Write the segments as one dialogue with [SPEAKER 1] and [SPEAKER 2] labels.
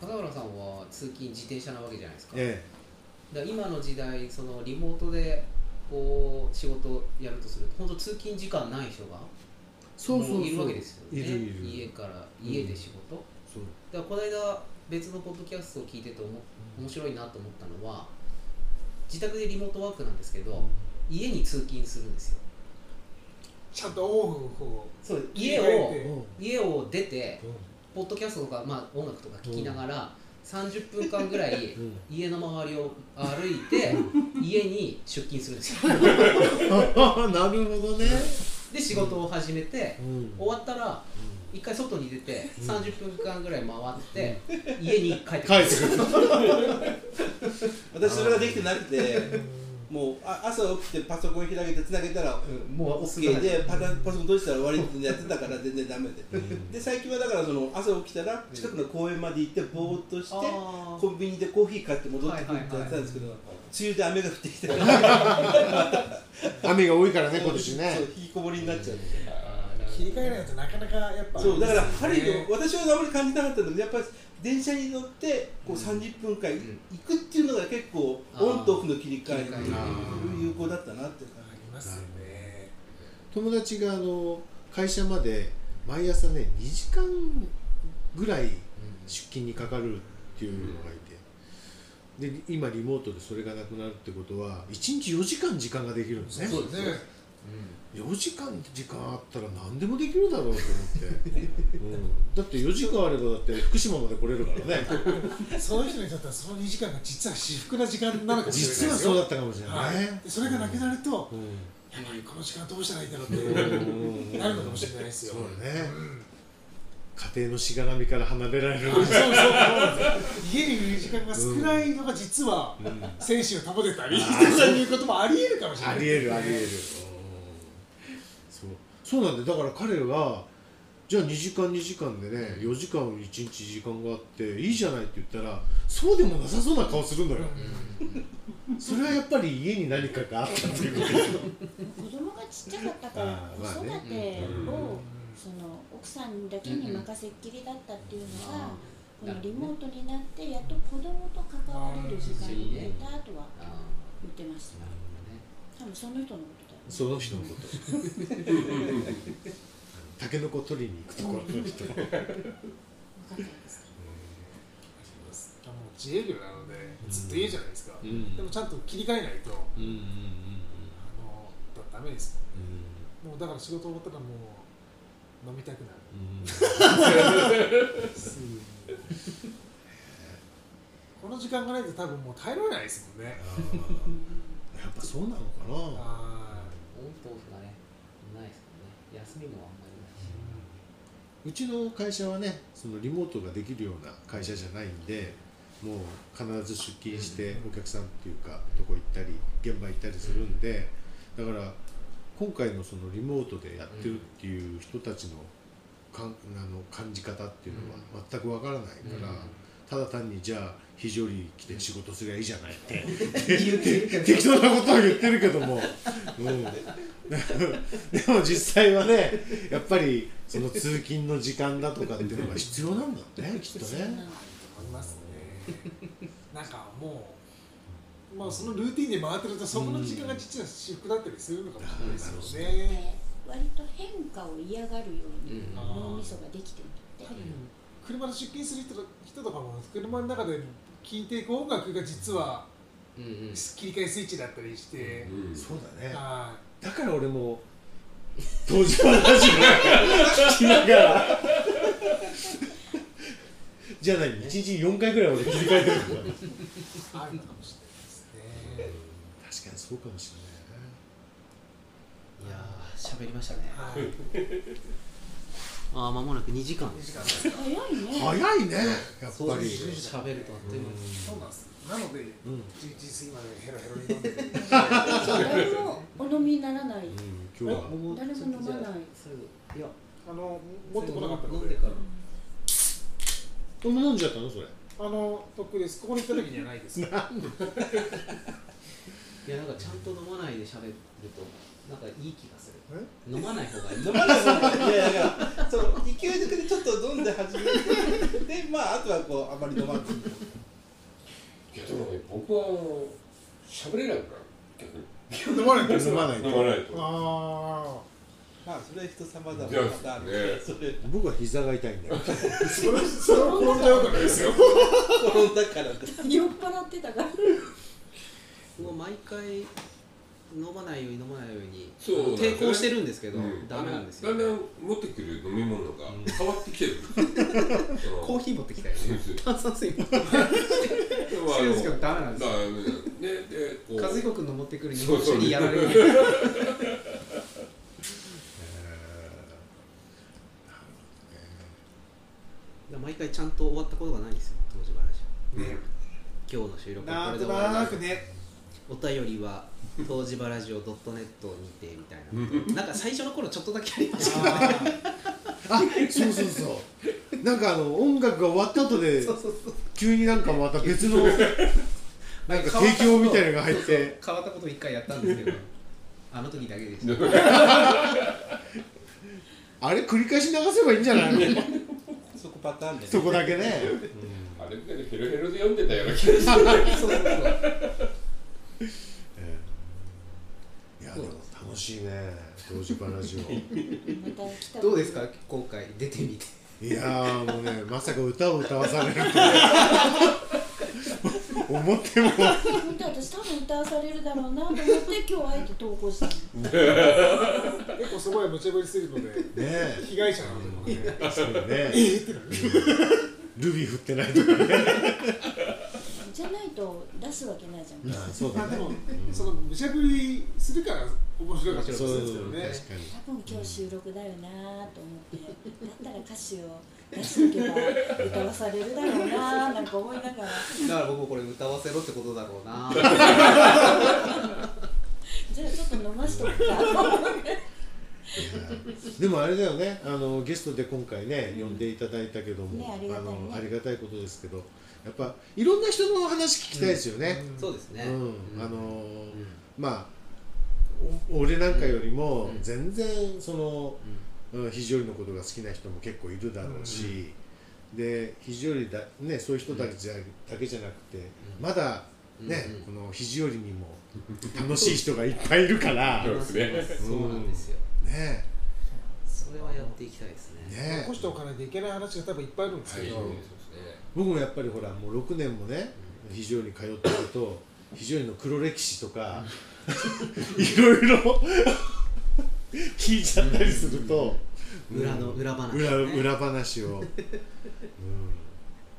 [SPEAKER 1] 笠原さんは通勤自転車なわけじゃないですか,、
[SPEAKER 2] え
[SPEAKER 1] だから今の時代そのリモートでこう仕事をやるとすると本当通勤時間ない人が
[SPEAKER 2] え、そうそうそ
[SPEAKER 1] も
[SPEAKER 2] う
[SPEAKER 1] ういるわけですよね
[SPEAKER 2] いるいる
[SPEAKER 1] 家から家で仕事、
[SPEAKER 2] そう
[SPEAKER 1] だからこの間別のポッドキャストを聞いてておも面白いなと思ったのは自宅でリモートワークなんですけど、家に通勤するんですよ
[SPEAKER 3] ちゃんとオフこう
[SPEAKER 1] そう家
[SPEAKER 3] 切り替
[SPEAKER 1] を
[SPEAKER 3] えて
[SPEAKER 1] 家を出て
[SPEAKER 2] うん
[SPEAKER 1] ポッドキャストとか、まあ、音楽とか聴きながら、30分間ぐらい
[SPEAKER 2] うん
[SPEAKER 1] 家の周りを歩いて家に出勤するんですよ
[SPEAKER 2] あ なるほどね、
[SPEAKER 1] で仕事を始めて
[SPEAKER 2] うん
[SPEAKER 1] 終わったら
[SPEAKER 2] う
[SPEAKER 1] 一回外に出て
[SPEAKER 2] うん
[SPEAKER 1] 30分間ぐらい回って家に帰ってく
[SPEAKER 2] ん帰
[SPEAKER 1] る
[SPEAKER 2] ってくる
[SPEAKER 4] 私それができてなくてもうあ朝起きてパソコン開けてつなげたら
[SPEAKER 1] うんもうおすげ
[SPEAKER 4] OK
[SPEAKER 1] え
[SPEAKER 4] でパタパソコンどうしたら終わりってやってたから全然ダメでで最近はだからその朝起きたら近くの公園まで行ってぼーっとして
[SPEAKER 1] あ
[SPEAKER 4] コンビニでコーヒー買って戻ってくるってやってたんですけど梅雨で雨が降ってきたから
[SPEAKER 2] 雨が多いからね今年ね
[SPEAKER 4] そう引きこもりになっちゃうんですよ
[SPEAKER 3] 切り替えないとなかなかやっぱ
[SPEAKER 4] そうだから春
[SPEAKER 3] です
[SPEAKER 4] よ
[SPEAKER 3] ね
[SPEAKER 4] 私はあまり感じなかったのでやっぱり電車に乗ってこう30分間い
[SPEAKER 1] うん
[SPEAKER 4] 行くっていうのが結構
[SPEAKER 1] あー
[SPEAKER 4] オンとオフの切り替えっていう
[SPEAKER 1] 切り
[SPEAKER 2] 替え
[SPEAKER 4] 有効だったなっていう感
[SPEAKER 3] ありますよね
[SPEAKER 2] 友達があの会社まで毎朝ね2時間ぐらい出勤にかかるっていうのがいてで今リモートでそれがなくなるってことは1日4時間時間ができるんですね
[SPEAKER 1] そうですね
[SPEAKER 2] 4時間時間あったら何でもできるだろうと思っ て、うん、だって4時間あればだって福島まで来れるからね
[SPEAKER 3] その人にとってはその2時間が実は至福な時間なのかもしれ
[SPEAKER 2] 実
[SPEAKER 3] ない
[SPEAKER 2] は
[SPEAKER 3] です
[SPEAKER 2] そ
[SPEAKER 3] よ
[SPEAKER 2] うだったかもしれないね、
[SPEAKER 3] はい、それがなくなると、
[SPEAKER 2] うん
[SPEAKER 3] やばいこの時間どうしたらいいんだろうっ
[SPEAKER 2] う
[SPEAKER 3] て
[SPEAKER 2] ん
[SPEAKER 3] なるのかもしれないですよ
[SPEAKER 2] そうだね家庭のしがらみから離れられる、
[SPEAKER 3] そうそう家にいる時間が少ないのが実は
[SPEAKER 2] うん
[SPEAKER 3] 精神を保てたりとかいうこともありえるかもしれな
[SPEAKER 2] あ
[SPEAKER 3] い
[SPEAKER 2] りえるありえるそうそうなんでだから彼はじゃあ2時間2時間でね4時間1日時間があっていいじゃないって言ったらそうでもなさそうな顔するのよそれはやっぱり家に何かがあったっていうことですよ
[SPEAKER 5] 子供がちっちゃかったか
[SPEAKER 2] あ
[SPEAKER 5] ら
[SPEAKER 2] ーまあ
[SPEAKER 5] 子育
[SPEAKER 2] ね
[SPEAKER 5] て
[SPEAKER 2] うん
[SPEAKER 5] をその奥さんだけに任せっきりだったっていうのがこ
[SPEAKER 1] うん
[SPEAKER 5] のリモートになってやっと子供と関われる時間に増えたとは
[SPEAKER 1] あ
[SPEAKER 5] 言ってました多分その人のことだよ
[SPEAKER 2] その人のことタケノコ取りに行くところの人
[SPEAKER 5] 分かったです
[SPEAKER 3] もう自営業なのでずっと家じゃないですか、
[SPEAKER 2] うん
[SPEAKER 3] でもちゃんと切り替えないと
[SPEAKER 2] うんうんうん
[SPEAKER 3] あのだダメです
[SPEAKER 2] う
[SPEAKER 3] もうだから仕事終わったらもう飲みたくなる
[SPEAKER 2] んうん
[SPEAKER 3] この時間がないと多分もう耐えられないですもんね
[SPEAKER 2] あー やっぱそうなのかな
[SPEAKER 1] オンとオ
[SPEAKER 3] あ
[SPEAKER 1] フがねないですもんね休みもあんまりないし
[SPEAKER 2] うちの会社はねそのリモートができるような会社じゃないんでもう必ず出勤してお客さんっていうかとこ行ったり現場行ったりするんでだから今回のそのリモートでやってるっていう人たちのかんあの感じ方っていうのは全くわからないから
[SPEAKER 1] うん
[SPEAKER 2] ただ単にじゃあ非常に来て仕事すりゃいいじゃないって適当なことは言ってるけども、うん、でも実際はねやっぱりその通勤の時間だとかっていうのが必要なんだねきっと
[SPEAKER 5] そんな
[SPEAKER 2] ね
[SPEAKER 5] の
[SPEAKER 3] あ思いますねなんかもうまあそのルーティンで回ってるとそこの時間が実は私服だったりするのかもしれないですよ
[SPEAKER 5] で
[SPEAKER 3] ね
[SPEAKER 5] 割と変化を嫌がるように
[SPEAKER 1] うん
[SPEAKER 5] 脳みそができてるんだ
[SPEAKER 3] 多
[SPEAKER 5] って
[SPEAKER 3] 分車の出勤する人と人とかも車の中で聴いていく音楽が実は
[SPEAKER 1] うんうん
[SPEAKER 3] 切り替えスイッチだったりして、
[SPEAKER 2] そうだね
[SPEAKER 3] あ
[SPEAKER 2] だから俺も当時話を聞きながらじゃあ何1日4回ぐらい俺切り替えてるのかな確か
[SPEAKER 3] ーあるのかもしれないですね
[SPEAKER 2] にそうかもしれないね
[SPEAKER 1] いやー喋りましたね
[SPEAKER 3] はい
[SPEAKER 1] ああ間もなく2時間です
[SPEAKER 5] 早いね
[SPEAKER 2] 早いねやっぱり
[SPEAKER 1] 喋るとあっという間に
[SPEAKER 3] そうなんですなので
[SPEAKER 2] うん、うん、
[SPEAKER 3] 11時過ぎまでヘロヘロに飲んでる
[SPEAKER 5] 誰もお飲みにならない
[SPEAKER 2] 今日は
[SPEAKER 5] 誰も飲まない
[SPEAKER 1] すぐいや
[SPEAKER 3] あの持ってこなかった
[SPEAKER 1] 飲
[SPEAKER 3] の
[SPEAKER 1] んで
[SPEAKER 3] で
[SPEAKER 1] から
[SPEAKER 2] これ飲んじゃったのそれ
[SPEAKER 3] あのとっくりですここに行った時にはないです
[SPEAKER 1] いやなんかちゃんと飲まないで喋るとなんかいい気がする
[SPEAKER 3] え
[SPEAKER 1] 飲まない方がいい
[SPEAKER 4] 飲まない方がいいいやいやいやその勢いづけでちょっと飲んで始めてでまああとはこうあまり飲まない
[SPEAKER 6] いやでもね僕は喋れないから逆に
[SPEAKER 3] 飲まないと
[SPEAKER 2] 飲まないと
[SPEAKER 6] 飲まないと
[SPEAKER 3] あ
[SPEAKER 4] まあそれは人様だもん
[SPEAKER 6] じゃあ
[SPEAKER 4] またあるから
[SPEAKER 6] ね
[SPEAKER 4] それ
[SPEAKER 2] 僕は膝が痛いんだ よ
[SPEAKER 3] あそれそれは転んじゃうからですよ
[SPEAKER 4] 転んだからね
[SPEAKER 5] 酔っ払ってたから
[SPEAKER 1] もう毎回飲まないように飲まないように
[SPEAKER 6] そうなんですね
[SPEAKER 1] 抵抗してるんですけど、
[SPEAKER 6] うん
[SPEAKER 1] ダメなんです
[SPEAKER 6] だ
[SPEAKER 1] よ、
[SPEAKER 6] んだん持ってくる飲み物が
[SPEAKER 1] うん
[SPEAKER 6] 変わってきてるその
[SPEAKER 1] コーヒー持ってきたよ
[SPEAKER 6] そう
[SPEAKER 1] ね
[SPEAKER 6] そう
[SPEAKER 1] 炭酸水持ってき
[SPEAKER 6] でも
[SPEAKER 1] てるんですけどダメなんですよ
[SPEAKER 6] だからねででこう
[SPEAKER 1] 和彦君の持ってくる日
[SPEAKER 6] そう
[SPEAKER 1] 本
[SPEAKER 6] そ
[SPEAKER 1] 酒
[SPEAKER 6] う
[SPEAKER 1] にや られる毎回ちゃんと終わったことがないんですよ当時話
[SPEAKER 6] ね
[SPEAKER 1] 今日の収録は
[SPEAKER 3] な
[SPEAKER 1] こ
[SPEAKER 3] ん
[SPEAKER 1] れ
[SPEAKER 3] と
[SPEAKER 1] で終わり
[SPEAKER 3] な
[SPEAKER 1] ます
[SPEAKER 3] くね
[SPEAKER 1] お便りは東芝ラジオ .net にてみたい ななんか最初の頃ちょっとだけありましたけどね
[SPEAKER 2] あそうそうそうなんかあの音楽が終わった後で
[SPEAKER 1] そうそうそう
[SPEAKER 2] 急になんかまた別のなんか提供みたいなのが入って
[SPEAKER 1] 変わったこと一回やったんですけどあの時だけでした
[SPEAKER 2] あれ繰り返し流せばいいんじゃないの
[SPEAKER 4] そこパターンでね
[SPEAKER 2] そこだけね
[SPEAKER 6] あれみたいなヘロヘロで読んでたような気がする
[SPEAKER 1] そうそうそう
[SPEAKER 2] ええいやでも楽しいね東芝ラジオ
[SPEAKER 5] また来た
[SPEAKER 1] どうですか今回出てみて
[SPEAKER 2] いやーもうねまさか歌を歌わされるとは 思っても
[SPEAKER 5] 本当私多分歌わされるだろうなと思って今日あえて投稿したの
[SPEAKER 3] 結構そこへ無茶ぶりするので
[SPEAKER 2] ね
[SPEAKER 3] 被害者なのでね
[SPEAKER 2] えそうねうん ルビー振ってないとかね
[SPEAKER 5] じゃないと出すわけないじゃん多
[SPEAKER 2] そうだ
[SPEAKER 3] まあで
[SPEAKER 2] ね
[SPEAKER 3] もその無茶ぶりするから面白かったりす
[SPEAKER 2] そう
[SPEAKER 3] るん
[SPEAKER 2] 確
[SPEAKER 3] ですよね
[SPEAKER 2] かに
[SPEAKER 5] 分今日収録だよなと思ってだったら歌詞を出しておけば歌わされるだろうななんか思いながら
[SPEAKER 1] だから僕もこれ歌わせろってことだろうな
[SPEAKER 5] じゃあちょっと飲ましとくか
[SPEAKER 2] でもあれだよねあのゲストで今回ね呼んでいただいたけども、
[SPEAKER 5] ねありがたいね
[SPEAKER 2] のありがたいことですけどやっぱいろんな人の話聞きたいですよね、
[SPEAKER 1] そうですね、
[SPEAKER 2] うんあの
[SPEAKER 1] うん
[SPEAKER 2] ーまあお俺なんかよりも
[SPEAKER 1] うん
[SPEAKER 2] 全然その、うん、肘折のことが好きな人も結構いるだろうし、で肘折だねそういう人たちじゃ、だけじゃなくて、まだね、
[SPEAKER 1] うん
[SPEAKER 2] この肘折にも楽しい人がいっぱいいるから
[SPEAKER 6] そうですね
[SPEAKER 1] そうなんですよ
[SPEAKER 2] ね
[SPEAKER 1] それはやっていきたいですね
[SPEAKER 2] ね
[SPEAKER 3] 残しておかないといけない話が多分いっぱいあるんです
[SPEAKER 6] は
[SPEAKER 3] け
[SPEAKER 6] い
[SPEAKER 3] ど、
[SPEAKER 6] そう
[SPEAKER 2] 僕もやっぱりほらもう6年もね非常に通ってると非常にの黒歴史とか いろいろ聞いちゃったりすると、うん
[SPEAKER 1] 裏の裏話ね
[SPEAKER 2] 裏裏話を、うん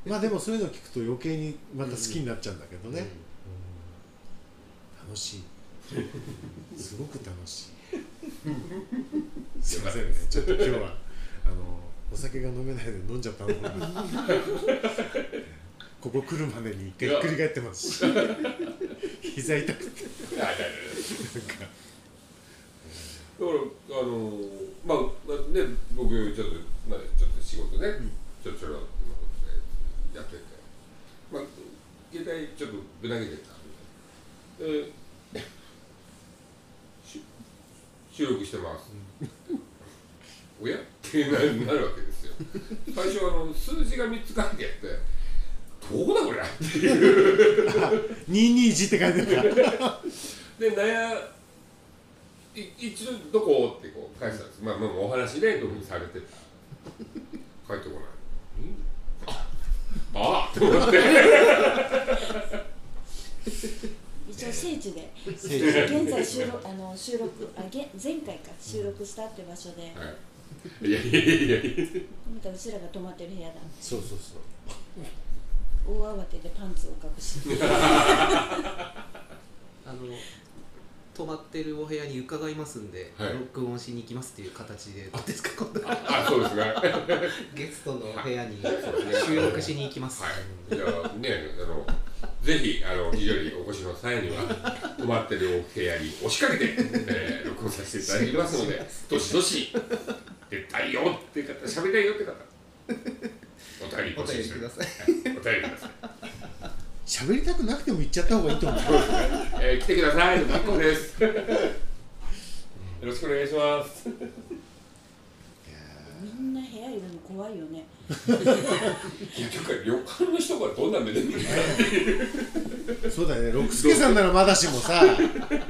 [SPEAKER 2] まあでもそういうの聞くと余計にまた好きになっちゃうんだけどね、うん楽 しいすごく楽しいすいませんねちょっと今日はあのお酒が飲めないで飲んじゃったの かなここ来るまでに一回ひっくり返ってますし膝痛くて
[SPEAKER 6] ですねはいはいはいだからあのーまあまあね僕ちょっとまあちょっと仕事ね、ちょっとそれはやっててまあ携帯ちょっとぶなげてたんででし収録してます、おやってななるわけですよ最初あの数字が3つ書いてあってどこだこれっていう
[SPEAKER 2] 221って書いてあるから
[SPEAKER 6] で悩い一度どこってこう返したんです、まあまあお話ねどういうふうにされてた帰ってこないああと思って
[SPEAKER 5] 一応聖地で
[SPEAKER 2] 聖地
[SPEAKER 5] 現在収録あの収録あげ前回か収録したって場所で
[SPEAKER 6] いやいやいやいや
[SPEAKER 5] またうちらが泊まってる部屋だ
[SPEAKER 2] そうそうそう
[SPEAKER 5] 大慌てでパンツを隠して
[SPEAKER 1] あの泊まってるお部屋に伺いますんで、
[SPEAKER 6] はい
[SPEAKER 1] 録音しに行きますっていう形でどうですか今度
[SPEAKER 6] あそうですねは い
[SPEAKER 1] ゲストのお部屋に
[SPEAKER 6] うですね
[SPEAKER 1] 収録しに行きます、
[SPEAKER 6] じゃあねあのぜひあの非常にお越しの際には泊まってるお部屋に押しかけて、えー録音させていただきますのでどしどし出たいよって方喋りたいよって方お便り
[SPEAKER 1] お便
[SPEAKER 6] 募集
[SPEAKER 1] り
[SPEAKER 6] し
[SPEAKER 1] く
[SPEAKER 6] ており
[SPEAKER 1] だ
[SPEAKER 6] ます
[SPEAKER 1] さい
[SPEAKER 6] お便りください
[SPEAKER 2] 喋りたくなくても行っちゃった方がいいと思う
[SPEAKER 6] えー、来てください。マッコです。よろしくお願いします。
[SPEAKER 5] みんな部部屋いるの怖いよね
[SPEAKER 6] 結局旅館の人がどんな目で見るか
[SPEAKER 2] そうだね六輔さんならまだしもさ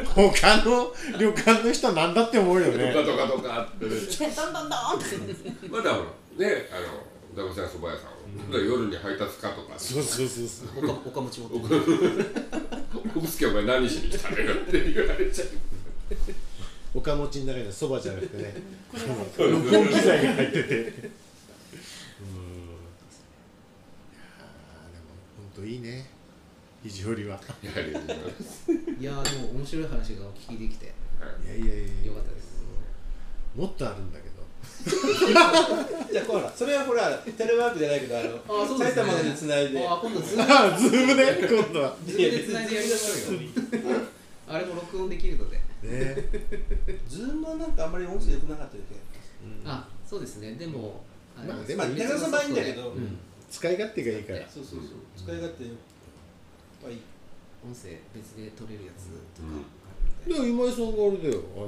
[SPEAKER 2] 他の旅館の人は何だって思うよね
[SPEAKER 6] とかとかとかってね
[SPEAKER 5] どんどんどんって
[SPEAKER 6] まだほらねあの座布団そば屋さんを、だから夜に配達かとか
[SPEAKER 2] そうそうそうそう
[SPEAKER 1] おかおか持ち持って
[SPEAKER 6] 奥助お前何しに来たのよって言われちゃう
[SPEAKER 2] お金持ちの中にはそばじゃなくてね
[SPEAKER 5] これが入って
[SPEAKER 2] 録音機材が入っててうんいやーでも本当いいね肘折りは
[SPEAKER 6] やはりね
[SPEAKER 1] いやーでも面白い話がお聞きできて
[SPEAKER 2] いやいやいやいや
[SPEAKER 1] よかったです
[SPEAKER 2] もっとあるんだけど
[SPEAKER 4] いやほらそれはほらテレワークじゃないけどあの
[SPEAKER 1] あそうです
[SPEAKER 4] 埼
[SPEAKER 1] ね
[SPEAKER 4] 玉でつないで
[SPEAKER 1] あ今度ズーム
[SPEAKER 2] ああズームで今度は
[SPEAKER 1] ズームでつないでやりましょうよ あれも録音できるので
[SPEAKER 2] ね
[SPEAKER 4] ズームはなんかあんまり音声良くなかったよね
[SPEAKER 1] あそうですねでもあの
[SPEAKER 2] まあで
[SPEAKER 4] ま
[SPEAKER 2] も
[SPEAKER 4] あ寺田さんはいいんだけど、
[SPEAKER 1] うん
[SPEAKER 2] 使い勝手がいいから
[SPEAKER 4] そうそうそう使い勝手やっぱいい
[SPEAKER 1] 音声別で撮れるやつと
[SPEAKER 6] う
[SPEAKER 1] か
[SPEAKER 6] ん
[SPEAKER 1] ある
[SPEAKER 2] で
[SPEAKER 1] ん
[SPEAKER 2] も今井さんがあれだよあ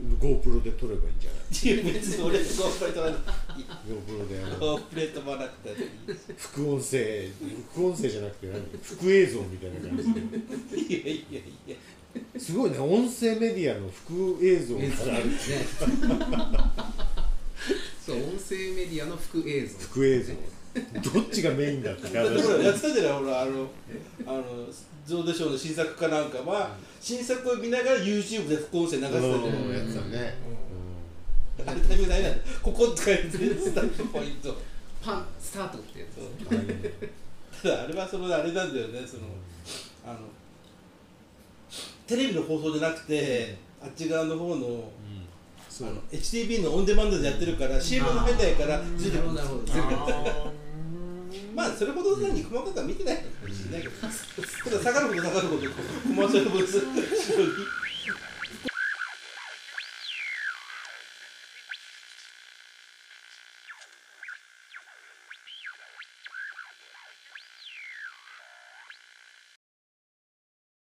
[SPEAKER 2] の GoPro で撮ればいいんじゃない
[SPEAKER 4] いや別に俺ゴープレートは
[SPEAKER 2] GoPro であの
[SPEAKER 4] ゴープレートもなくてい
[SPEAKER 2] 副音声副音声じゃなくて何副映像みたいな感じ
[SPEAKER 4] いいやいやいや
[SPEAKER 2] ですごいね音声メディアの副映像
[SPEAKER 1] で
[SPEAKER 2] からある
[SPEAKER 1] ね そう音声メディアの副映像
[SPEAKER 2] 副映像どっちがメインだって話
[SPEAKER 4] だってほらやってたじゃないほらあのあのゾウデショーの新作かなんかは新作を見ながら YouTube で副音声流してたじゃない
[SPEAKER 2] うんやってたね
[SPEAKER 4] あれタイミングないなここ使え全然スタートポイント
[SPEAKER 1] パンスタートってやつ
[SPEAKER 4] そ
[SPEAKER 2] う
[SPEAKER 4] う
[SPEAKER 2] んああいう
[SPEAKER 4] ただあれはそのあれなんだよねそのあのテレビの放送じゃなくてあっち側の方の
[SPEAKER 2] そう
[SPEAKER 4] あの HTB のオンデマンドでやってるから CM の入んないから
[SPEAKER 1] うん
[SPEAKER 4] ついて
[SPEAKER 1] な
[SPEAKER 4] く
[SPEAKER 1] る
[SPEAKER 4] る
[SPEAKER 1] ほ
[SPEAKER 4] ん
[SPEAKER 1] ど
[SPEAKER 4] で
[SPEAKER 1] な
[SPEAKER 4] す
[SPEAKER 1] る
[SPEAKER 4] よ
[SPEAKER 1] ほど
[SPEAKER 3] あ
[SPEAKER 1] 全部
[SPEAKER 3] ー
[SPEAKER 4] まあそれほどさに細かくは見てないかもしれないけどただ下がるほど下がるほどコマーシャルブース後ろに